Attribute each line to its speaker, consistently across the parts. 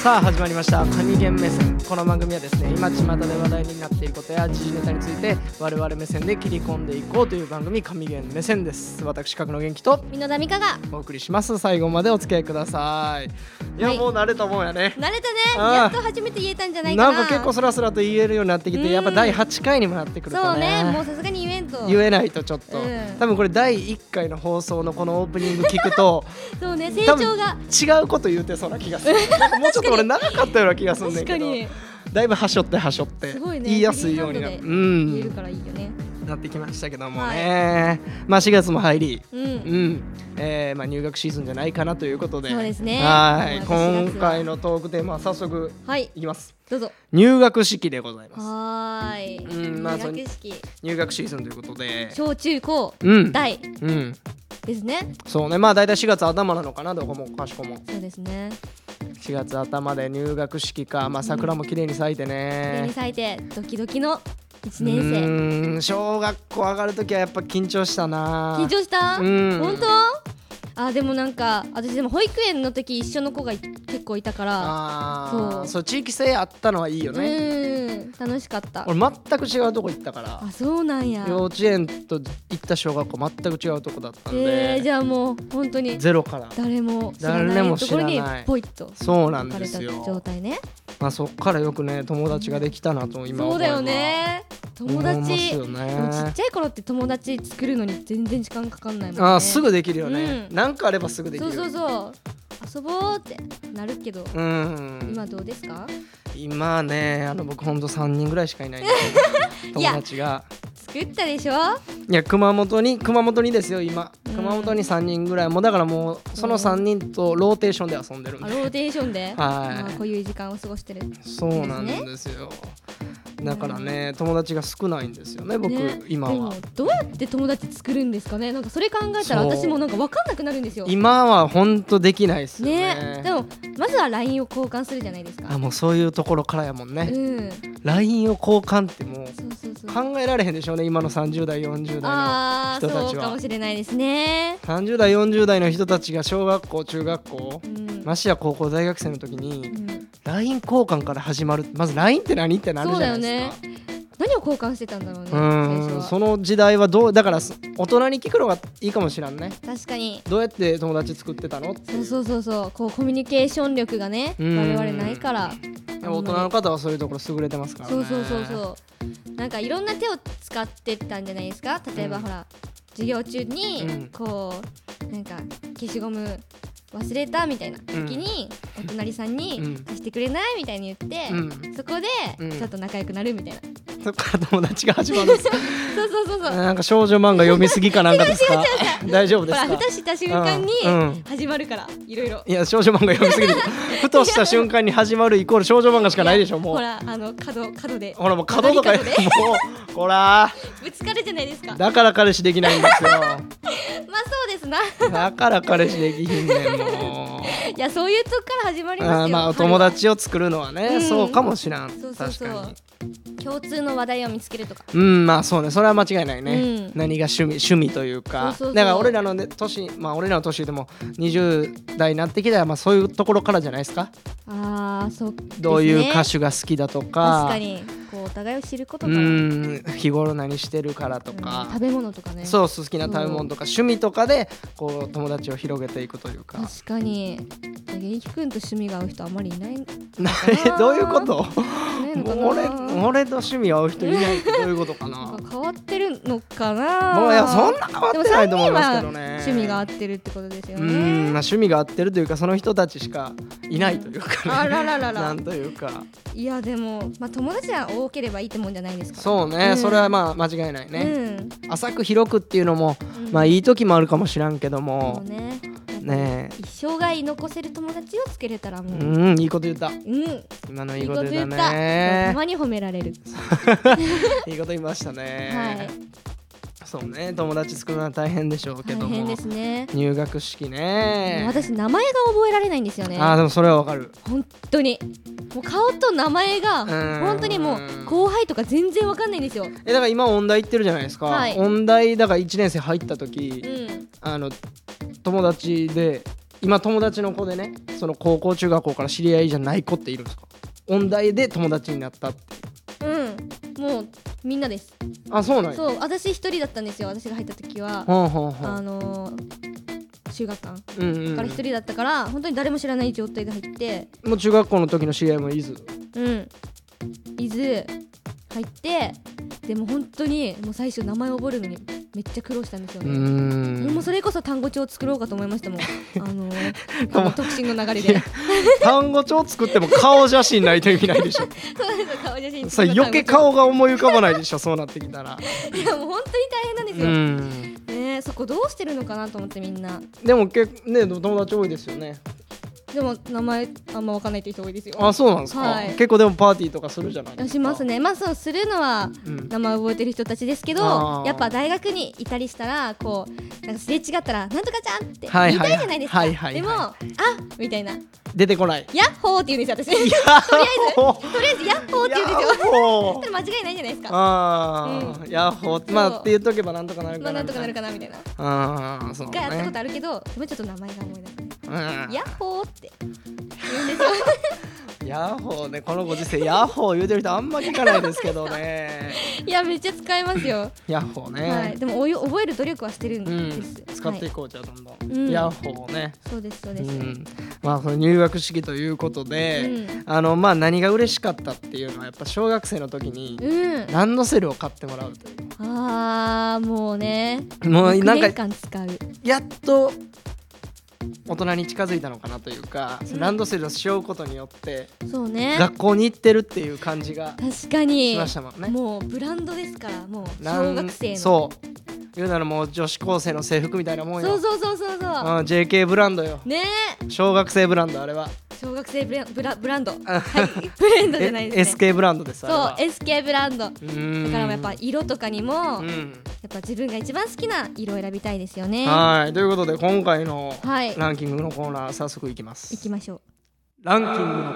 Speaker 1: さあ始まりました「カニゲン目線」この番組はですね今巷で話題になっていることや時事ネタについて我々目線で切り込んでいこうという番組「カニゲン目線」です私角野元気と
Speaker 2: 美濃田美香が
Speaker 1: お送りします最後までお付き合いくださいいや、
Speaker 2: はい
Speaker 1: もう慣れたもんやね
Speaker 2: 慣れたね
Speaker 1: あー
Speaker 2: やっと初めて言えたんじゃないか
Speaker 1: な
Speaker 2: なん
Speaker 1: か結構スラスラと言えるようになってき
Speaker 2: う
Speaker 1: て
Speaker 2: ん
Speaker 1: やっぱ第8回にもなってくる
Speaker 2: そ
Speaker 1: と
Speaker 2: うねもう
Speaker 1: ね
Speaker 2: さすがに言えんと
Speaker 1: 言えないとちょっと、
Speaker 2: うん
Speaker 1: 多分これ第1回の放送のこのオープニング聞く と
Speaker 2: そうね成
Speaker 1: 多分
Speaker 2: 長が
Speaker 1: 違うこと言うてそうな気がするなんかもうちょっと俺長かったような気がするんだ
Speaker 2: 確
Speaker 1: け
Speaker 2: か
Speaker 1: ど
Speaker 2: に
Speaker 1: だいぶはしょってはしょって
Speaker 2: すごいね
Speaker 1: 言いやすいようにな,、
Speaker 2: フリーハ
Speaker 1: う
Speaker 2: 言える
Speaker 1: ん、
Speaker 2: からいいよね
Speaker 1: なってきましたけどもね、まあ4月も入り、
Speaker 2: うん
Speaker 1: うんえーまあ、入学シーズンじゃないかなということで
Speaker 2: そうですね
Speaker 1: はい
Speaker 2: まあ4
Speaker 1: 今
Speaker 2: 月は
Speaker 1: 回のトークテーマ早速
Speaker 2: はい
Speaker 1: いきます
Speaker 2: どうぞ
Speaker 1: 入学式でございます
Speaker 2: はーい
Speaker 1: うんまあ
Speaker 2: 入学式
Speaker 1: 入学シーズンということで
Speaker 2: 小中高
Speaker 1: うん
Speaker 2: 大
Speaker 1: うん
Speaker 2: ですね
Speaker 1: そうねまあ大体4月頭なのかなどこもかしこも
Speaker 2: そうですね
Speaker 1: 4月頭で入学式かまあ桜も綺麗に咲いて
Speaker 2: 上
Speaker 1: ね
Speaker 2: に咲いてドキドキの一
Speaker 1: う
Speaker 2: 年生
Speaker 1: ーん小学校上がるときはやっぱ緊張したな
Speaker 2: 緊張した
Speaker 1: うん
Speaker 2: 本当あでもなんか私でも保育園の時一緒の子が結構いたから
Speaker 1: あ
Speaker 2: そ
Speaker 1: ー
Speaker 2: う
Speaker 1: そう地域性あったのはいいよね、
Speaker 2: うん楽しかった
Speaker 1: 俺全く違うとこ行ったから
Speaker 2: あそうなんや
Speaker 1: 幼稚園と行った小学校全く違うとこだったんで、
Speaker 2: えー、じゃあもう本当に
Speaker 1: ゼロから
Speaker 2: 誰も知ら
Speaker 1: 誰
Speaker 2: な
Speaker 1: も
Speaker 2: い
Speaker 1: 知
Speaker 2: と
Speaker 1: ら
Speaker 2: こ
Speaker 1: な
Speaker 2: ろ
Speaker 1: い
Speaker 2: にポイッと
Speaker 1: そうなん
Speaker 2: 置か
Speaker 1: で
Speaker 2: れた
Speaker 1: す
Speaker 2: 状
Speaker 1: よ、
Speaker 2: 態ね
Speaker 1: まあ、そっからよくね友達ができたなと今
Speaker 2: そ
Speaker 1: 思
Speaker 2: う
Speaker 1: えば
Speaker 2: だよね友
Speaker 1: 思います
Speaker 2: 達
Speaker 1: よ
Speaker 2: でもちっ
Speaker 1: ね
Speaker 2: ちゃい頃って友達作るのに全然時間かかんないもんね
Speaker 1: あーすぐできるよね、
Speaker 2: うん
Speaker 1: なんかあればすぐでき
Speaker 2: そ
Speaker 1: る
Speaker 2: うそうそう遊ぼうってなるけど、
Speaker 1: うん
Speaker 2: 今どうですか
Speaker 1: 今ねあの僕ほんと3人ぐらいしかいないんですよ
Speaker 2: いや
Speaker 1: 友達が
Speaker 2: 作ったでしょ
Speaker 1: いや熊本に熊本にですよ今
Speaker 2: うん
Speaker 1: 熊本に3人ぐらいもうだからもうその3人とローテーションで遊んでるん
Speaker 2: あ
Speaker 1: で
Speaker 2: ローテーションで、まあ
Speaker 1: は
Speaker 2: こういう時間を過ごしてる
Speaker 1: いそうなんですよだからね友達が少ないんですよね僕
Speaker 2: ね
Speaker 1: 今
Speaker 2: でも
Speaker 1: は
Speaker 2: どうやって友達作るんですかねなんかそれ考えたら
Speaker 1: そう
Speaker 2: 私もなんか分かんなくなるんですよ
Speaker 1: 今はほんとできないですよ
Speaker 2: ねで
Speaker 1: ね
Speaker 2: もまずは LINE を交換するじゃないです
Speaker 1: あ
Speaker 2: か
Speaker 1: もうそういうところからやもん
Speaker 2: う
Speaker 1: ね
Speaker 2: ん
Speaker 1: LINE を交換ってもう
Speaker 2: そうそうそう
Speaker 1: 考えられへんでしょうね今の30代40代の
Speaker 2: ああ
Speaker 1: 人たちは
Speaker 2: そうかもしれないですね
Speaker 1: 30代40代の人たちが小学校中学校
Speaker 2: うん
Speaker 1: ましてや高校大学生の時に
Speaker 2: うん、
Speaker 1: LINE 交換から始まるまず LINE って何ってなるじゃないですか
Speaker 2: 何を交換してたんだろうね
Speaker 1: う
Speaker 2: 最初
Speaker 1: ーん
Speaker 2: は
Speaker 1: その時代はどうだからす大人に聞くのがいいかもしらんね
Speaker 2: 確かに
Speaker 1: どうやって友達作ってたのってい
Speaker 2: そう
Speaker 1: う
Speaker 2: そうそうそうこうコミュニケーション力がね
Speaker 1: う
Speaker 2: 我
Speaker 1: ん
Speaker 2: 々ないから
Speaker 1: でも大人の方はそういうところ優れてますからね
Speaker 2: そうそうそうそうなんかいろんな手を使ってたんじゃないですか例えば、
Speaker 1: うん
Speaker 2: ほら授業中に、
Speaker 1: うん
Speaker 2: こうなんか消しゴム忘れたみたいな時に、お隣さん
Speaker 1: う
Speaker 2: に
Speaker 1: ん
Speaker 2: 貸してくれないみたいに言って、
Speaker 1: うん
Speaker 2: そこで
Speaker 1: うん
Speaker 2: ちょっと仲良くなるみたいな、
Speaker 1: そっから友達が始まるんですか
Speaker 2: そうそうそうそう
Speaker 1: なんか少女漫画読みすぎかなんかですか大丈夫
Speaker 2: ほ
Speaker 1: です
Speaker 2: ら
Speaker 1: か
Speaker 2: ふとした瞬間に
Speaker 1: うんうん
Speaker 2: 始まるから、いろいろ
Speaker 1: いや少女漫画読みすぎてふとした瞬間に始まるイコール少女漫画しかないでしょもう
Speaker 2: ほらあの角角で
Speaker 1: ほらもう角とかも
Speaker 2: 曲がり角で
Speaker 1: うほら
Speaker 2: ぶつかるじゃないですかまあ
Speaker 1: だから彼氏できないんですよ
Speaker 2: そうですな
Speaker 1: だから彼氏できひんねんもう
Speaker 2: いやそういうとこから始まります
Speaker 1: あ
Speaker 2: よ
Speaker 1: ーまあお
Speaker 2: 春
Speaker 1: 友
Speaker 2: は
Speaker 1: 達を作るのはね、
Speaker 2: うん
Speaker 1: そうかもしらん
Speaker 2: そうそうそう
Speaker 1: 確かに
Speaker 2: 共通の話題を見つけるとか
Speaker 1: うんまあそうねそれは間違いないね、
Speaker 2: うん
Speaker 1: 何が趣味趣味というか
Speaker 2: そうそうそう
Speaker 1: だから俺らの、ね、年まあ俺らの年でも20代になってきたらまあそういうところからじゃないですか
Speaker 2: あーそうですね
Speaker 1: どういう歌手が好きだとか
Speaker 2: 確かにこうお互いを知ること
Speaker 1: う
Speaker 2: から、
Speaker 1: ん日頃何してるからと
Speaker 2: うん
Speaker 1: か
Speaker 2: 食、べ物とかね
Speaker 1: そうそう好きな食べ物とか趣味とかでこう友達を広げていくというか
Speaker 2: 確かに元気くんと趣味が合う人あんまりいないい
Speaker 1: え どういうこと
Speaker 2: ないのかな
Speaker 1: 俺俺と趣味合う人いないってどういうことかな
Speaker 2: なんか変わってるのかな
Speaker 1: もういやそんな変わってないと思いますけどね。
Speaker 2: でも三人は趣味が合ってるってことですよ
Speaker 1: うーん、まあ
Speaker 2: ね
Speaker 1: 趣味が合ってるというかその人たちしかいないというか
Speaker 2: あ
Speaker 1: ね。
Speaker 2: らら
Speaker 1: な
Speaker 2: らら
Speaker 1: んというか
Speaker 2: いやでも、まあ、友達が多ければいいってもんじゃないですか
Speaker 1: そうね、
Speaker 2: うん
Speaker 1: それはまあ間違いないね、浅く広くっていうのも、
Speaker 2: うん、うん
Speaker 1: まあいい時もあるかもしらんけども
Speaker 2: もう、ね
Speaker 1: ね
Speaker 2: 一生涯残せる友達を作れたらも
Speaker 1: え
Speaker 2: う、
Speaker 1: うんいいこと言った
Speaker 2: うん、
Speaker 1: 今のい
Speaker 2: い
Speaker 1: い
Speaker 2: い
Speaker 1: こ
Speaker 2: こと
Speaker 1: と言っ
Speaker 2: 言ったた。
Speaker 1: ね
Speaker 2: たまに褒められる。
Speaker 1: いいこと言いました
Speaker 2: は
Speaker 1: ね
Speaker 2: い、。
Speaker 1: そうね友達作るのは大変でしょうけど
Speaker 2: 大変
Speaker 1: も
Speaker 2: ですね。
Speaker 1: 入学式ね
Speaker 2: 私名前が覚えられないんですよね。
Speaker 1: あーでもそれはわかる
Speaker 2: 本当に。もう顔と名前が
Speaker 1: ん
Speaker 2: 本当にもう後輩とか全然わかんないんですよ。
Speaker 1: えだから今音大行ってるじゃないですか、
Speaker 2: はい
Speaker 1: 音大だから1年生入った時、
Speaker 2: うん。
Speaker 1: あの友達で今友達の子でねその高校中学校から知り合いじゃない子っているんですか音大で友達になったって
Speaker 2: うんもうみんなです、
Speaker 1: あそうなんや
Speaker 2: そう私一人だったんですよ私が入った時
Speaker 1: は
Speaker 2: は、
Speaker 1: あはあは
Speaker 2: あ
Speaker 1: あ
Speaker 2: のー、中学館か
Speaker 1: うんうんうん
Speaker 2: ら一人だったから、本当に誰も知らない状態で入って
Speaker 1: もう中学校の時の知り合いもいず
Speaker 2: うん伊豆入ってでも本当にもう最初名前を覚えるのにめっちゃ苦労したんですよ
Speaker 1: うー
Speaker 2: ね、も うんそれこそ単語帳を作ろうかと思い ましたもんあのー、あの特進の流れで
Speaker 1: 単語帳作っても顔写真ないと意味ないでしょ
Speaker 2: そうです顔写真
Speaker 1: それ余計顔が思い浮かばないでしょそうなってきたら
Speaker 2: いやもう本当に大変なんで
Speaker 1: う
Speaker 2: すよ、
Speaker 1: ん
Speaker 2: ねえそこどうしてるのかなと思ってみんな
Speaker 1: でもけね友達多いですよね
Speaker 2: でも名前あんま分かんないって人多いですよ
Speaker 1: あそうなんですか、
Speaker 2: はい
Speaker 1: 結構でもパーティーとかするじゃないです
Speaker 2: 出
Speaker 1: か
Speaker 2: しますねまあそうするのは
Speaker 1: うん
Speaker 2: 名前覚えてる人たちですけ
Speaker 1: あ
Speaker 2: ど
Speaker 1: ー
Speaker 2: やっぱ大学にいたりしたらこうなんかすれ違ったら「なんとかちゃん!」って言い
Speaker 1: は
Speaker 2: た
Speaker 1: い
Speaker 2: いじ
Speaker 1: はい
Speaker 2: ゃないですか
Speaker 1: は
Speaker 2: で
Speaker 1: い
Speaker 2: も
Speaker 1: はいはい
Speaker 2: 「あみたいな
Speaker 1: 出てこない
Speaker 2: 「ヤッホー!」って言うんですよ私とりあえず「ヤッホー!」って言うんですよ
Speaker 1: よ
Speaker 2: それ間違いないじゃ ないですか
Speaker 1: ああ、ヤッホーまあって言っとけばなんとかなる
Speaker 2: ま
Speaker 1: か
Speaker 2: あ
Speaker 1: な
Speaker 2: なんとかなるかなみたいな
Speaker 1: ああーそう
Speaker 2: 一回やったこと
Speaker 1: ね
Speaker 2: あるけどでもちょっと名前が思い出せない
Speaker 1: うん
Speaker 2: 「ヤッホー!」って
Speaker 1: ヤッホーねこのご時世ヤッホー言うてる人あんま聞かないですけど ね
Speaker 2: いやめっちゃ使えますよ
Speaker 1: ヤッホーね、
Speaker 2: はいでもおよ覚える努力はしてるん
Speaker 1: う
Speaker 2: です
Speaker 1: ん使って
Speaker 2: はい
Speaker 1: こうじゃあどんどん、
Speaker 2: うん
Speaker 1: ヤッホーね
Speaker 2: いそうですそう
Speaker 1: う
Speaker 2: です
Speaker 1: んまあその入学式ということで、
Speaker 2: うん
Speaker 1: あのまあ何が嬉しかったっていうのはやっぱ小学生の時に
Speaker 2: うん
Speaker 1: ランドセルを買ってもらうという
Speaker 2: あーもうね
Speaker 1: もう
Speaker 2: 6
Speaker 1: なん
Speaker 2: 年
Speaker 1: か
Speaker 2: 間使う
Speaker 1: やっと大人に近づいたのかなというか、そのランドセルをしようことによって
Speaker 2: そうね
Speaker 1: 学校に行ってるっていう感じが
Speaker 2: 確かに
Speaker 1: しましたもんね。
Speaker 2: もうブランドですからもう
Speaker 1: ラン
Speaker 2: 小学生の
Speaker 1: そう言うならもう女子高生の制服みたいなもんよ
Speaker 2: そうそうそうそうそう
Speaker 1: うん JK ブランドよ
Speaker 2: ねえ
Speaker 1: 小学生ブランドあれは
Speaker 2: 小学生ブラブラブランド
Speaker 1: あ
Speaker 2: はい ブレンドじ
Speaker 1: え
Speaker 2: ゃないですね
Speaker 1: SK ブランドです
Speaker 2: そ
Speaker 1: あ
Speaker 2: う
Speaker 1: れは
Speaker 2: SK ブランドだ
Speaker 1: うーん
Speaker 2: からやっぱ色とかにもや
Speaker 1: う
Speaker 2: っ
Speaker 1: ん
Speaker 2: ぱ自分が一番好きな色を選びたいですよねは
Speaker 1: はいということで今回の
Speaker 2: い
Speaker 1: ランキングのコーナー早速いきます
Speaker 2: 行きましょ
Speaker 1: ランキングのコーナー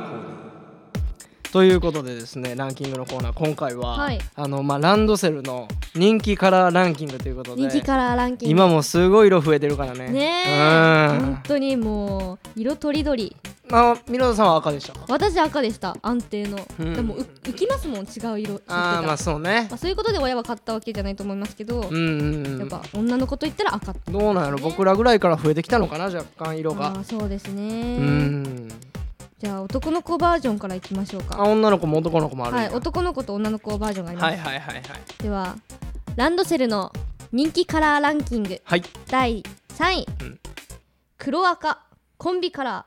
Speaker 1: ということでですねランキングのコーナー今回は、
Speaker 2: はい
Speaker 1: あのまあ、ランドセルの人気カラーランキングということ
Speaker 2: う
Speaker 1: で
Speaker 2: 人気カラーランキング
Speaker 1: 今もすごい色増えてるからね
Speaker 2: ねえ
Speaker 1: うん
Speaker 2: 本当にもう色とりどり
Speaker 1: まあミノさんは赤でしたか
Speaker 2: 私赤でした安定の、
Speaker 1: うん
Speaker 2: でもう浮きますもん違う色
Speaker 1: ああまあ
Speaker 2: ま
Speaker 1: そうね
Speaker 2: あ、そういうことで親は買ったわけじゃないと思いますけど、
Speaker 1: うんうんうん
Speaker 2: やっぱ女の子と言ったら赤
Speaker 1: どうなんやろ僕らぐらいから増えてきたのかな若干色
Speaker 2: あ
Speaker 1: が
Speaker 2: ーそうですね、
Speaker 1: うん
Speaker 2: じゃあ男の子バージョンからいきましょう
Speaker 1: あ
Speaker 2: か
Speaker 1: 女の子も男の子もあるん
Speaker 2: は
Speaker 1: や
Speaker 2: い男の子と女の子バージョンがあります、
Speaker 1: はいはいはいはい
Speaker 2: ではランドセルの人気カラーランキング
Speaker 1: はい
Speaker 2: 第3位、
Speaker 1: うん
Speaker 2: 黒赤コンビカラ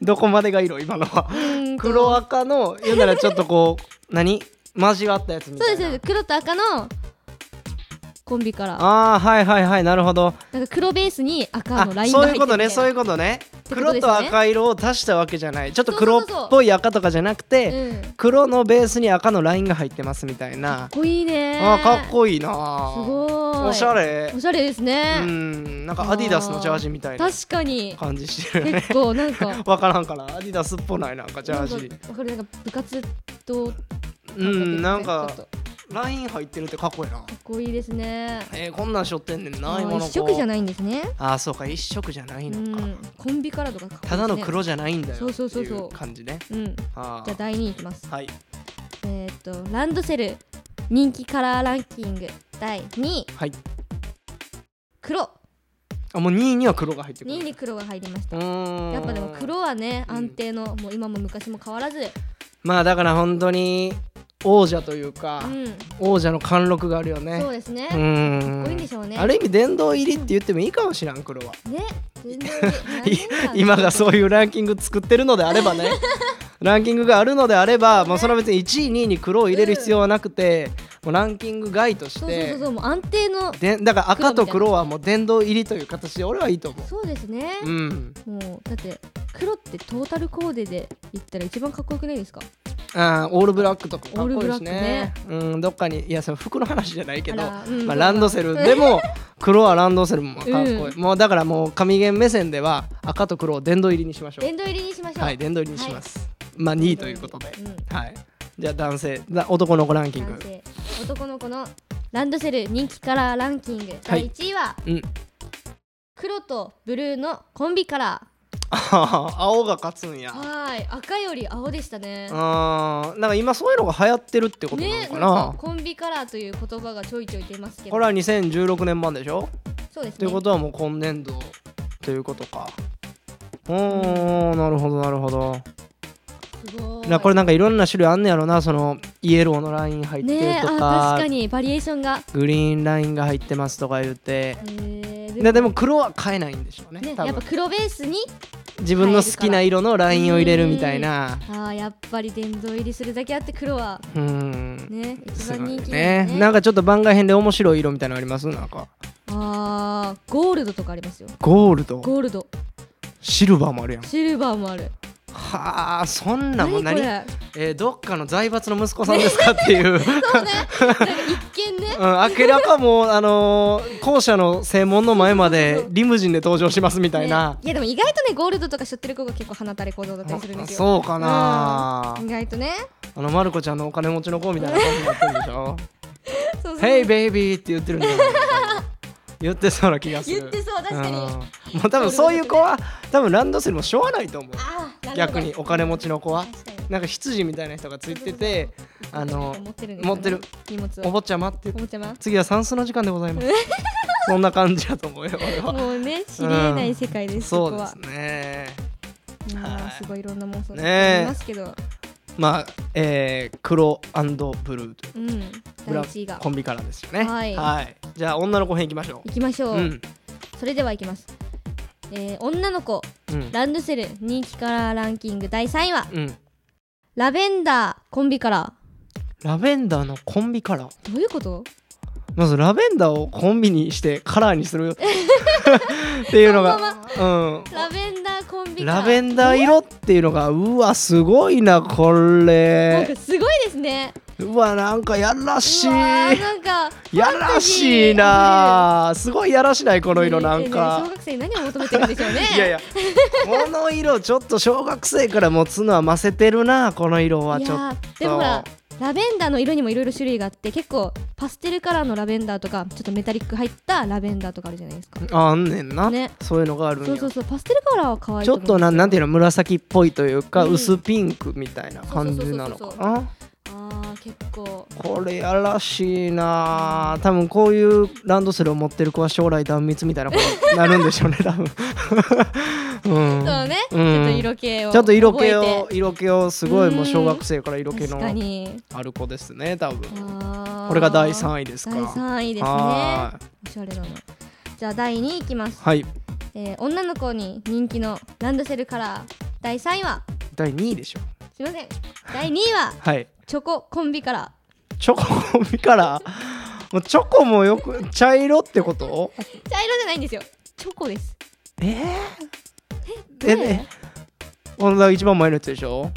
Speaker 1: どこまでが色今のは
Speaker 2: ーうーん と
Speaker 1: 黒赤の言うならちょっとこ う何交わったやつみ
Speaker 2: そう
Speaker 1: た
Speaker 2: で
Speaker 1: い
Speaker 2: す
Speaker 1: な
Speaker 2: そうです黒と赤のコンビカラー
Speaker 1: ああはいはいはいなるほど
Speaker 2: なんか黒ベースに赤
Speaker 1: あ
Speaker 2: のライン
Speaker 1: そ
Speaker 2: が
Speaker 1: う
Speaker 2: 入
Speaker 1: い
Speaker 2: って
Speaker 1: うこと
Speaker 2: るみたいな
Speaker 1: ねそういうことね
Speaker 2: てこと
Speaker 1: 黒
Speaker 2: ですよ
Speaker 1: と
Speaker 2: ね
Speaker 1: 赤色を足したわけじゃないちょっと
Speaker 2: そうそう
Speaker 1: 黒っ
Speaker 2: そうそう
Speaker 1: ぽい赤とかじゃなくて
Speaker 2: うん
Speaker 1: 黒のベースに赤のラインが入ってますみたいな
Speaker 2: かっこいいね
Speaker 1: あーかっ
Speaker 2: い
Speaker 1: こいいな
Speaker 2: すごい
Speaker 1: おしゃれ
Speaker 2: おしゃれです
Speaker 1: う
Speaker 2: ね、
Speaker 1: んなんかアディダスのジャージみたいな
Speaker 2: 確かに
Speaker 1: 感じしてるよね
Speaker 2: 結構なんか
Speaker 1: わからんからアディダスっぽないなん かジャー
Speaker 2: なん
Speaker 1: ジ
Speaker 2: かわかるなんか部活動
Speaker 1: うんなんか
Speaker 2: ちょっと
Speaker 1: ライン入ってるってかっこいいな
Speaker 2: かっこいいですね
Speaker 1: えーこんなんしょってんねんな
Speaker 2: あー
Speaker 1: 今の子
Speaker 2: 一色じゃないんですね
Speaker 1: あーそうか一色じゃないのか
Speaker 2: うんコンビカラーとかかっこいいですね
Speaker 1: ただの黒じゃないんだよ
Speaker 2: そうそう
Speaker 1: って
Speaker 2: そう
Speaker 1: い
Speaker 2: そう
Speaker 1: う感じね
Speaker 2: うんじ
Speaker 1: あ
Speaker 2: ゃあ第2位いきます
Speaker 1: ーはい
Speaker 2: えーっとランドセル人気カラーランキング第2位
Speaker 1: はい
Speaker 2: 黒
Speaker 1: あもう2位には黒が入ってくる
Speaker 2: 2位に黒が入りました
Speaker 1: うーん
Speaker 2: やっぱでも黒はね
Speaker 1: うん
Speaker 2: 安定のもう今も昔も変わらず
Speaker 1: まあだから本当に王者というか、
Speaker 2: うん
Speaker 1: 王者の貫禄があるよね
Speaker 2: そうですね
Speaker 1: うー
Speaker 2: っ
Speaker 1: ん
Speaker 2: こいいんでしょうね
Speaker 1: ある意味殿堂入りって言ってもいいかもしらん黒は
Speaker 2: ね全然何年間
Speaker 1: 今がそういうランキング作ってるのであれば ねランキングがあるのであれば、もうその別に1位2位に黒を入れる必要はなくて、もうランキング外とし
Speaker 2: そうそうそ
Speaker 1: て
Speaker 2: うそうもう安定の
Speaker 1: でだから赤と
Speaker 2: 黒
Speaker 1: 黒はもう殿堂入りという形で俺はいいと思
Speaker 2: そうですね
Speaker 1: う、うん、
Speaker 2: もうだって黒ってトータルコーデで言ったら一番かっこよくないですか
Speaker 1: あーオールブラックとかかっこい
Speaker 2: オールブ
Speaker 1: い
Speaker 2: ラッ
Speaker 1: し
Speaker 2: ク
Speaker 1: ね
Speaker 2: ね
Speaker 1: うん、どっかにいやその服の話じゃないけど
Speaker 2: あらうん
Speaker 1: まあ、ランドセルでも黒はランドセルもかっこいい、
Speaker 2: う
Speaker 1: もうだからもう神言目線では赤と黒を殿堂入りにしましょう
Speaker 2: 殿堂入りにしましょう
Speaker 1: はい、殿堂入りにします。まあ、2位ということで。
Speaker 2: う
Speaker 1: はい。じゃあ、男性、だ男の子ランキング
Speaker 2: 男。性男の子のランドセル人気カラーランキング
Speaker 1: はい
Speaker 2: 第1位は
Speaker 1: うん。
Speaker 2: 黒とブルーのコンビカラ
Speaker 1: 青が勝つんや
Speaker 2: ーはい赤より青でしたね
Speaker 1: あーなんか今そういうのが流行ってるってことな
Speaker 2: ね
Speaker 1: のか
Speaker 2: な
Speaker 1: な,、
Speaker 2: んかコンビカラーという言葉がちょいちょい出ますけど
Speaker 1: これは2016年版でしょ
Speaker 2: そうです
Speaker 1: と
Speaker 2: ね
Speaker 1: いうことはもう今年度ということかおーなるほどなるほど
Speaker 2: すごい
Speaker 1: なこれなんかいろんな種類あんねやろなそのイエローのライン入って
Speaker 2: ね
Speaker 1: る
Speaker 2: あ
Speaker 1: と
Speaker 2: 確
Speaker 1: か,、
Speaker 2: かにバリエーションが
Speaker 1: グリーンラインが入ってますとか言って
Speaker 2: えー
Speaker 1: ででも黒は買えないんでしょうね
Speaker 2: ね、
Speaker 1: 多
Speaker 2: やっ
Speaker 1: 分
Speaker 2: ぱ黒ベースに
Speaker 1: 自分の好きな色のラインを入れるみたいな
Speaker 2: あーやっぱり殿堂入りするだけあって黒は
Speaker 1: うーん
Speaker 2: ね一
Speaker 1: す
Speaker 2: 番
Speaker 1: ごい
Speaker 2: 人気です
Speaker 1: ね
Speaker 2: ね
Speaker 1: なんかちょっと番外編で面白い色みたいなのありますなんか
Speaker 2: あーゴールドとかありますよ
Speaker 1: ゴールド
Speaker 2: ゴールド
Speaker 1: シルバーもあるやん
Speaker 2: シルバーもある
Speaker 1: はあそんなんもう
Speaker 2: 何こ
Speaker 1: 何
Speaker 2: れ
Speaker 1: えーどっかの財閥の息子さんですかっていう、
Speaker 2: そうねなんか一見ね
Speaker 1: うん、明らかもう、あのー校舎の正門の前までリムジンで登場しますみたいな
Speaker 2: ね、いやでも意外とねゴールドとかしょってる子が結構鼻垂れ行動だったりするんですよ
Speaker 1: そうかな
Speaker 2: うん意外とね
Speaker 1: あのまる子ちゃんのお金持ちの子みたいな感じになってるんでしょ
Speaker 2: そ
Speaker 1: 「
Speaker 2: うそう
Speaker 1: Hey baby」って言ってるん だよ言ってそうな気がする
Speaker 2: 言ってそう確かに
Speaker 1: んもう多分そういう子は多分ランドセルもしょうがないと思う
Speaker 2: あーなるほど
Speaker 1: 逆にお金持ちの子は
Speaker 2: 確かに
Speaker 1: なんか羊みたいな人がついててあの
Speaker 2: 持ってるんです
Speaker 1: 持
Speaker 2: よね
Speaker 1: ってる
Speaker 2: 荷物
Speaker 1: お
Speaker 2: を
Speaker 1: 坊ちゃまって
Speaker 2: おもちゃま
Speaker 1: 次は算数の時間でござい ますそんな感じだと思うよ俺は
Speaker 2: もうね知り得ない世界です、
Speaker 1: そ
Speaker 2: こ
Speaker 1: う
Speaker 2: こ
Speaker 1: で
Speaker 2: は
Speaker 1: すね
Speaker 2: まあすごいいろんな妄想
Speaker 1: ね
Speaker 2: が
Speaker 1: え
Speaker 2: ありますけど、
Speaker 1: まあえー、黒ブルーという
Speaker 2: うん
Speaker 1: ブ
Speaker 2: 第
Speaker 1: ラ
Speaker 2: 1位が
Speaker 1: コンビカラーですよね
Speaker 2: はい
Speaker 1: じゃあ女の子編いきましょ
Speaker 2: いきましょ
Speaker 1: う
Speaker 2: う、
Speaker 1: うん
Speaker 2: それではいきます、えー女の子
Speaker 1: うん
Speaker 2: ランドセル人気カラーランキング第3位は
Speaker 1: うん
Speaker 2: ラベンダーコンビカラ
Speaker 1: ラベンダーのコンビカラー
Speaker 2: ーどういうこと
Speaker 1: まずラベンダーをコンビにしてカラーにす るっていうのがうん
Speaker 2: ラベンダーコンビカラー
Speaker 1: ラベンダー色っていうのがうわすごいなこ
Speaker 2: なん
Speaker 1: れ
Speaker 2: かすごいですね
Speaker 1: うわなんかやらし
Speaker 2: う
Speaker 1: い
Speaker 2: わーなんか
Speaker 1: やらしいなあすごいやらしないこ
Speaker 2: こ
Speaker 1: の色なん
Speaker 2: 小
Speaker 1: か。
Speaker 2: 学生に何を求めてるんでしょうね
Speaker 1: いやいやこの色ちょっと小学生から持つのはませてるなこの色はいちょっ
Speaker 2: やーでもほらラベンダーの色にもいろいろ種類があって結構パステルカラーのラベンダーとかちょっとメタリック入ったラベンダーとかあるじゃないですか
Speaker 1: とあんねんな、
Speaker 2: ね
Speaker 1: そういうのがあるんや
Speaker 2: そうそうそうパステルカラーは可愛い
Speaker 1: ちょっと
Speaker 2: な
Speaker 1: ななんていうの紫っぽいというか、
Speaker 2: うん
Speaker 1: 薄ピンクみたいな感じなの
Speaker 2: そうそうそう
Speaker 1: かな
Speaker 2: あー結構
Speaker 1: これやらしいなあ多分こういうランドセルを持ってる子は将来断蜜みたいな子になるんでしょうね多分うん
Speaker 2: そうね、
Speaker 1: うん
Speaker 2: ちょっと色気を
Speaker 1: ちょっと色気を
Speaker 2: 覚
Speaker 1: 色気をすごいもう
Speaker 2: うん
Speaker 1: 小学生から色
Speaker 2: え
Speaker 1: 気
Speaker 2: て
Speaker 1: の
Speaker 2: 確かに
Speaker 1: ある子ですね多分
Speaker 2: あー
Speaker 1: これが第3位ですか
Speaker 2: 第3位ですね
Speaker 1: はーい
Speaker 2: おしゃれだなじゃあ第2位いきます、
Speaker 1: はい
Speaker 2: えー女の子に人気のランドセルカラー第3位は
Speaker 1: 第2位でしょ
Speaker 2: すいません第2位は
Speaker 1: はい
Speaker 2: チョココンビカラ
Speaker 1: チョココンビカラーもうチョコもよく茶色ってこと
Speaker 2: ー茶色じゃないんですよチョコです
Speaker 1: えー、
Speaker 2: どれ
Speaker 1: えねこの一番前のやつでしょ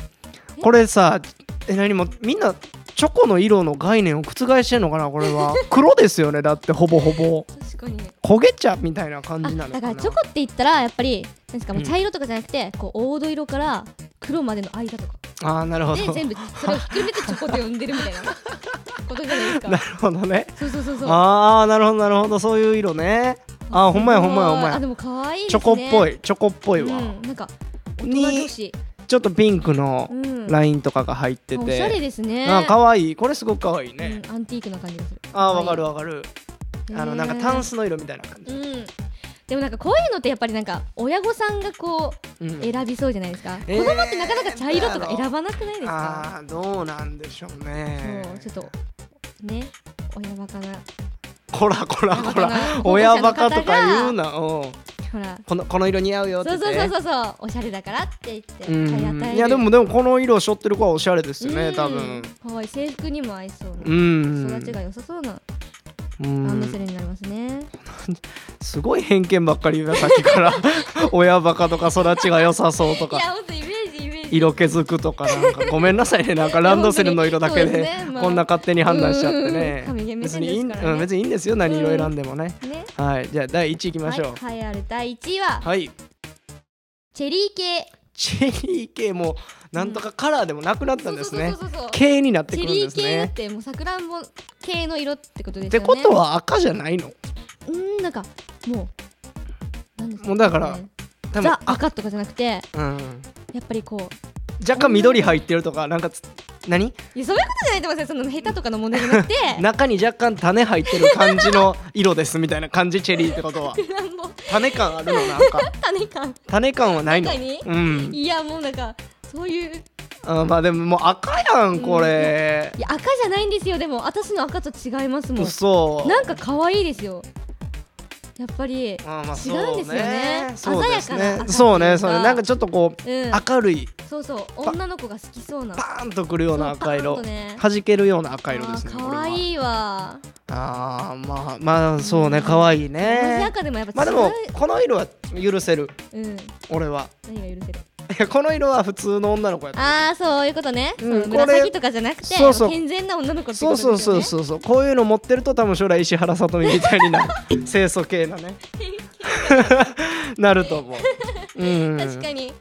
Speaker 2: え
Speaker 1: これさえ何もみんなチョコの色の概念を覆してんのかなこれ は黒ですよねだってほぼほぼ
Speaker 2: 確かに
Speaker 1: 焦げ茶みたいな感
Speaker 2: あ
Speaker 1: じなのか
Speaker 2: だか
Speaker 1: な
Speaker 2: らチョコって言ったらやっぱりなんですかもううん茶色とかじゃなくて、こう黄土色から黒までの間とか
Speaker 1: ああなるほ
Speaker 2: で
Speaker 1: ど
Speaker 2: 全部それをひっくるめてチョコって呼んでるみた いなことじゃないです
Speaker 1: な
Speaker 2: か
Speaker 1: るほどね
Speaker 2: そうそうそうそう
Speaker 1: ああなるほどなるほどそういう色ねあーほんまやほんまやほんま
Speaker 2: あ
Speaker 1: や
Speaker 2: でも可愛いで
Speaker 1: チ
Speaker 2: す
Speaker 1: ョ
Speaker 2: ね
Speaker 1: コっぽいチョコっぽいわ、
Speaker 2: うん、なんか大人女子
Speaker 1: ちょっとピンクの
Speaker 2: うん
Speaker 1: ラインとかが入って
Speaker 2: あおしゃれ
Speaker 1: て、
Speaker 2: ですね
Speaker 1: あかわいいこれすごくかわいいね、
Speaker 2: うんアンティークな感じがする
Speaker 1: あーわかる
Speaker 2: わ
Speaker 1: わかる、あのなんかタンスの色みたいな感
Speaker 2: う
Speaker 1: じ、
Speaker 2: んでもなんかこういうのってやっぱりなんか親御さんがこう
Speaker 1: うん
Speaker 2: 選びそうじゃないですか、
Speaker 1: えー
Speaker 2: 子供ってなかなか茶色とか選ばなくないですか
Speaker 1: あーどうなんでしょうね
Speaker 2: そうちょっとね親バカな
Speaker 1: こらこらこら
Speaker 2: 親
Speaker 1: 親
Speaker 2: バ
Speaker 1: バカ
Speaker 2: カな
Speaker 1: とか言うなうん
Speaker 2: ほら
Speaker 1: このこの色似合うよって
Speaker 2: そ
Speaker 1: 言
Speaker 2: う
Speaker 1: って
Speaker 2: そうそうそうそうおしゃれだからって言って
Speaker 1: うん
Speaker 2: 買い与える
Speaker 1: いやでもでもこの色を背負ってる子はおしゃれですよね
Speaker 2: うん
Speaker 1: 多分
Speaker 2: 可愛い制服にも合いそう
Speaker 1: う
Speaker 2: な、
Speaker 1: ん
Speaker 2: 育ちが良さそうな
Speaker 1: う
Speaker 2: ランド
Speaker 1: ん
Speaker 2: セルになりますね、
Speaker 1: すごい偏見ばっかり言うなさっきから 親バカとか育ちが良さそうと
Speaker 2: い
Speaker 1: か
Speaker 2: やほんとイメージイメージ
Speaker 1: 色気づくとかなんかごめんなさいねなんかランドセルの色だけ
Speaker 2: そう
Speaker 1: で
Speaker 2: ですねまあ
Speaker 1: こんな勝手に判断しちゃって
Speaker 2: うん神
Speaker 1: ね
Speaker 2: 々
Speaker 1: 別
Speaker 2: しい
Speaker 1: にいい
Speaker 2: で
Speaker 1: ん
Speaker 2: すからね
Speaker 1: うん別にいいんですよ何色選んでもね
Speaker 2: ね
Speaker 1: はいじゃあ第1位いきましょう
Speaker 2: はい、栄えある第1位は、
Speaker 1: はい
Speaker 2: チェリー系
Speaker 1: チェリー系もなんとかカラーでもなくなったんですね
Speaker 2: そうそうそうそうそう
Speaker 1: 系になってく
Speaker 2: チェ
Speaker 1: るん
Speaker 2: リ
Speaker 1: で
Speaker 2: ー
Speaker 1: す
Speaker 2: 系だっ
Speaker 1: ね
Speaker 2: てもうさくらんぼ系の色ってことで
Speaker 1: っ
Speaker 2: すよ
Speaker 1: てこ
Speaker 2: ね
Speaker 1: とは赤じゃないの
Speaker 2: うんなんかもうなんです
Speaker 1: もうだから多分
Speaker 2: ザ赤とかじゃなくてや
Speaker 1: うん、
Speaker 2: っぱりこう
Speaker 1: 若干緑入ってるとかなんかつ何
Speaker 2: いやそういうことじゃないと思いますよその下手とかの問題じゃなくて
Speaker 1: 中に若干種入ってる感じの色ですみたいな感じチェリーってことは
Speaker 2: なんぼ
Speaker 1: 種感あるのなんか
Speaker 2: 種感
Speaker 1: 種感はないの
Speaker 2: 中に
Speaker 1: うん
Speaker 2: いやもうなんかそういう
Speaker 1: あまあでももう赤やんこれ
Speaker 2: いや赤じゃないんですよでも私の赤と違いますもん
Speaker 1: 嘘
Speaker 2: なんか可愛いですよやっぱり
Speaker 1: あまあ
Speaker 2: 違うんですよね
Speaker 1: そうねそう
Speaker 2: 鮮やかな赤
Speaker 1: です
Speaker 2: っていう
Speaker 1: ね
Speaker 2: か
Speaker 1: そうねそうねなんかちょっとこう
Speaker 2: うん
Speaker 1: 明るい
Speaker 2: そうそう女の子が好きそうな
Speaker 1: パーンとくるような赤色
Speaker 2: そうパーンとね
Speaker 1: 弾けるような赤色ですね
Speaker 2: あー
Speaker 1: これ
Speaker 2: 可
Speaker 1: は
Speaker 2: 愛いわ
Speaker 1: あーまあまあそうね可愛い
Speaker 2: 同じ
Speaker 1: ね
Speaker 2: 赤でもやっぱ違う、
Speaker 1: まあでもこの色は許せる
Speaker 2: うん
Speaker 1: 俺は
Speaker 2: 何が許せる
Speaker 1: いやこの色は普通の女の子やった
Speaker 2: ああそういうことね、
Speaker 1: うん
Speaker 2: その紫とかじゃなくて
Speaker 1: そうそう
Speaker 2: 健全な女の子って
Speaker 1: そ
Speaker 2: こと
Speaker 1: う
Speaker 2: ですよ、
Speaker 1: そ
Speaker 2: ね、
Speaker 1: うそうそうそうこういうの持ってると多分将来石原さとみみたいになる清楚系な ね なると思う、うん、
Speaker 2: 確かに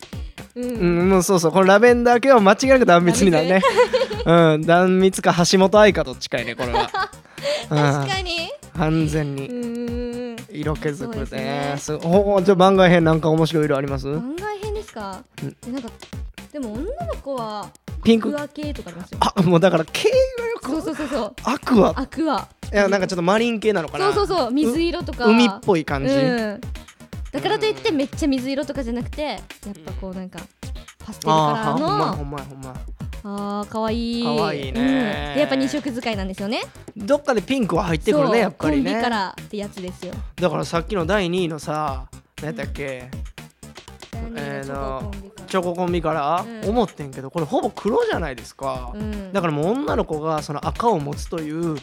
Speaker 2: うん、
Speaker 1: うん、もうそうそうこのラベンダー系は間違いなく断蜜になるね うん断蜜か橋本愛かどっちかいねこれは
Speaker 2: 確
Speaker 1: うん
Speaker 2: かに
Speaker 1: 完全
Speaker 2: う
Speaker 1: に
Speaker 2: ーん
Speaker 1: 色気づく
Speaker 2: そう
Speaker 1: ね
Speaker 2: です
Speaker 1: ほうじゃあ番外編なんか面白い色あります
Speaker 2: 番外編ですか、えなんかでも女の子は
Speaker 1: ピン
Speaker 2: アク
Speaker 1: ク
Speaker 2: ア系とかありますよ
Speaker 1: あもうだから系がよ
Speaker 2: そう
Speaker 1: く
Speaker 2: そうそうそう
Speaker 1: アクア
Speaker 2: アクア
Speaker 1: いやなんかちょっとマリン系なのか
Speaker 2: そ
Speaker 1: な
Speaker 2: うそうそう水色とか
Speaker 1: 海っぽい感じ、
Speaker 2: うん、だからといってめっちゃ水色とかじゃなくてやっぱこうなんかパステルカラ
Speaker 1: あーほ
Speaker 2: ーの
Speaker 1: んまほんまほんま
Speaker 2: あーかわいい
Speaker 1: 可愛いね
Speaker 2: うんでやっぱ二色使いなんですよね
Speaker 1: どっかでピンクは入ってくる
Speaker 2: そう
Speaker 1: ねやっぱりね
Speaker 2: コンビカラーってやつですよ
Speaker 1: だからさっきの第2位のさ何やったっけ、えーの
Speaker 2: コンビカラー
Speaker 1: チョココンビカラー、
Speaker 2: うん
Speaker 1: 思ってんけどこれほぼ黒じゃないですか、
Speaker 2: うん
Speaker 1: だからもう女の子がその赤を持つという
Speaker 2: うん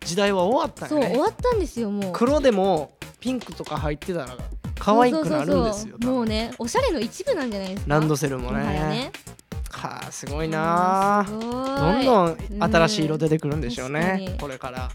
Speaker 1: 時代は終わった
Speaker 2: そ
Speaker 1: よ
Speaker 2: う
Speaker 1: ね
Speaker 2: 終わったんですよもう
Speaker 1: 黒でもピンクとか入ってたら可愛くなるんですよ
Speaker 2: そうそうそうそうも
Speaker 1: 多
Speaker 2: う
Speaker 1: 分
Speaker 2: ねおしゃれの一部なんじゃないですか
Speaker 1: ランドセルもね
Speaker 2: もはやね
Speaker 1: はあすごいなあ
Speaker 2: うんすごー
Speaker 1: ど
Speaker 2: い
Speaker 1: んどん新しい色出てくるんでしょう
Speaker 2: うん確
Speaker 1: ね
Speaker 2: かに
Speaker 1: これから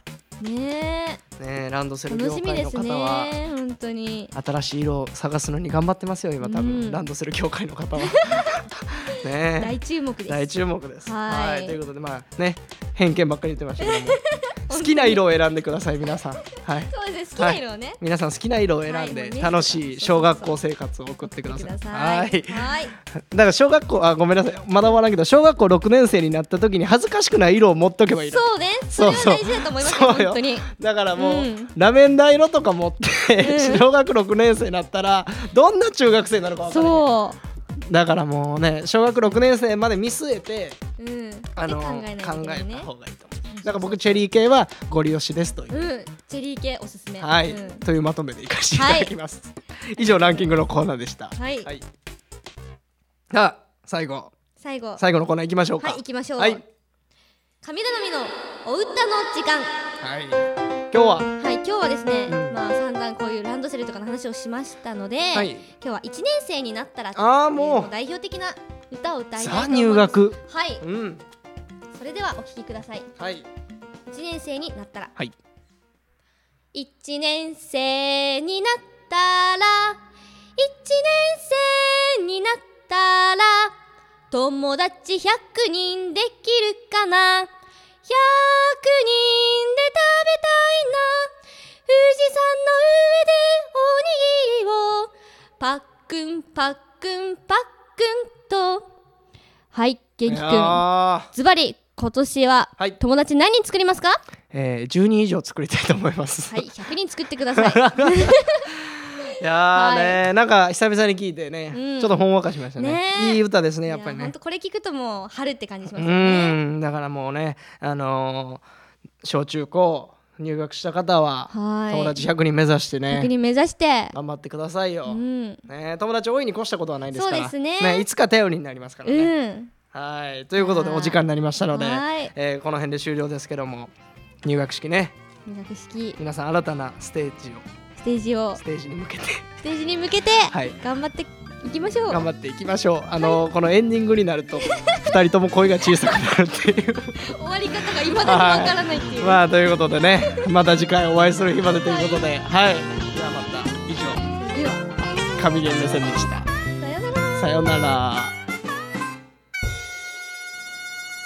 Speaker 2: ね
Speaker 1: ねランドセ
Speaker 2: え
Speaker 1: ル
Speaker 2: 楽
Speaker 1: 業
Speaker 2: しみ
Speaker 1: 界
Speaker 2: で
Speaker 1: の
Speaker 2: す
Speaker 1: 方
Speaker 2: ね
Speaker 1: は
Speaker 2: 本当に
Speaker 1: 新しい色を探すのに頑張ってますよ今多分、
Speaker 2: うん
Speaker 1: ランドセル協会の方は
Speaker 2: 大
Speaker 1: ねえ
Speaker 2: 注目です
Speaker 1: 大注目です
Speaker 2: はい
Speaker 1: ということでまあね偏見ばっかり言ってましたけ ども好きな色を選んでください皆さんはい
Speaker 2: そうですね好きな色をね、
Speaker 1: 皆さん好きな色を
Speaker 2: は
Speaker 1: 選
Speaker 2: い
Speaker 1: ん
Speaker 2: もう
Speaker 1: で
Speaker 2: ね
Speaker 1: 楽しい小学校生活を送ってくださいは
Speaker 2: はいい。はい。
Speaker 1: だから小学校あごめんなさいまだ終わらんけど小学校6年生になった時に恥ずかしくない色を持っとけばいいの
Speaker 2: そうね。それは大事だと思いますよ。
Speaker 1: そうそう
Speaker 2: 本当に。
Speaker 1: だからもう、
Speaker 2: うん
Speaker 1: ラベンダー色とか持って、
Speaker 2: うん
Speaker 1: 小学6年生になったらどんな中学生になるか分からない
Speaker 2: そ
Speaker 1: だからもうね小学6年生まで見据えて、
Speaker 2: う。うん。
Speaker 1: あの
Speaker 2: 考えないといけない
Speaker 1: 考えた。方
Speaker 2: ね
Speaker 1: がいいと思うだから僕チェリー系はゴリ押しですという、
Speaker 2: うん。チェリー系おすすめ。
Speaker 1: はい、
Speaker 2: うん
Speaker 1: というまとめでいかせていただきます、以上ランキングのコーナーでした
Speaker 2: はい
Speaker 1: さあ最後
Speaker 2: 最後。は
Speaker 1: 最後のコーナー行きましょうか
Speaker 2: い、行きましょう。
Speaker 1: はい
Speaker 2: 神頼みのお歌の時間。
Speaker 1: はい今日は
Speaker 2: はい、今日はですね
Speaker 1: うん、
Speaker 2: まあ散々こういうランドセルとかの話をしましたので、
Speaker 1: はい
Speaker 2: 今日は一年生になったら、
Speaker 1: あーもう
Speaker 2: ってい代表的な歌を歌いたいと
Speaker 1: さあ
Speaker 2: 思い
Speaker 1: 入
Speaker 2: ます。
Speaker 1: 学
Speaker 2: はい、
Speaker 1: うん
Speaker 2: それではお聞きください。
Speaker 1: はい
Speaker 2: 一年生になったら。
Speaker 1: はい
Speaker 2: 一年生になったら一年生になったら友達100人できるかな100人で食べたいな富士山の上でおにぎりをパックンパックンパックンとはい元気
Speaker 1: い
Speaker 2: く
Speaker 1: や
Speaker 2: ん
Speaker 1: ー
Speaker 2: ズバリ今年は
Speaker 1: はい
Speaker 2: 友達何人作りますか
Speaker 1: えー、10人以上作りたいと思います。
Speaker 2: はい、100人作ってください。
Speaker 1: いやーね、なんか久々に聞いてね、
Speaker 2: うん
Speaker 1: ちょっとほんわかしましたね。
Speaker 2: ねえ
Speaker 1: いい歌ですね、やっぱり
Speaker 2: 本
Speaker 1: ね
Speaker 2: 当。これ聞くともう春って感じし
Speaker 1: う
Speaker 2: ますよね。
Speaker 1: ーん、だからもうね、あのー小中高入学した方は、
Speaker 2: はい
Speaker 1: 友達100人目指して
Speaker 2: 100
Speaker 1: ね、
Speaker 2: 人目指して、
Speaker 1: 頑張ってくださいよ。
Speaker 2: うん、
Speaker 1: ね、友達多いに越したことはないですから
Speaker 2: そうですね
Speaker 1: いつか頼りになりますからね。
Speaker 2: うん、
Speaker 1: はいということで
Speaker 2: はい
Speaker 1: お時間になりましたので
Speaker 2: はい、
Speaker 1: えーこの辺で終了ですけども入学式ね
Speaker 2: 入学式
Speaker 1: 皆さん新たなステージを
Speaker 2: ステージを
Speaker 1: ステージに向けて
Speaker 2: ステージに向けて
Speaker 1: はい
Speaker 2: 頑張っていきましょう。
Speaker 1: 頑張っていきましょう。あの、このエンディングになると二人とも声が小さくなるっていう。
Speaker 2: 終わり方が未だにわからないっていう。
Speaker 1: まあということでね、また次回お会いする日までということで、はい。じゃあまた以上
Speaker 2: では、
Speaker 1: 神ゲン目線でした。
Speaker 2: さようなら。
Speaker 1: さようなら。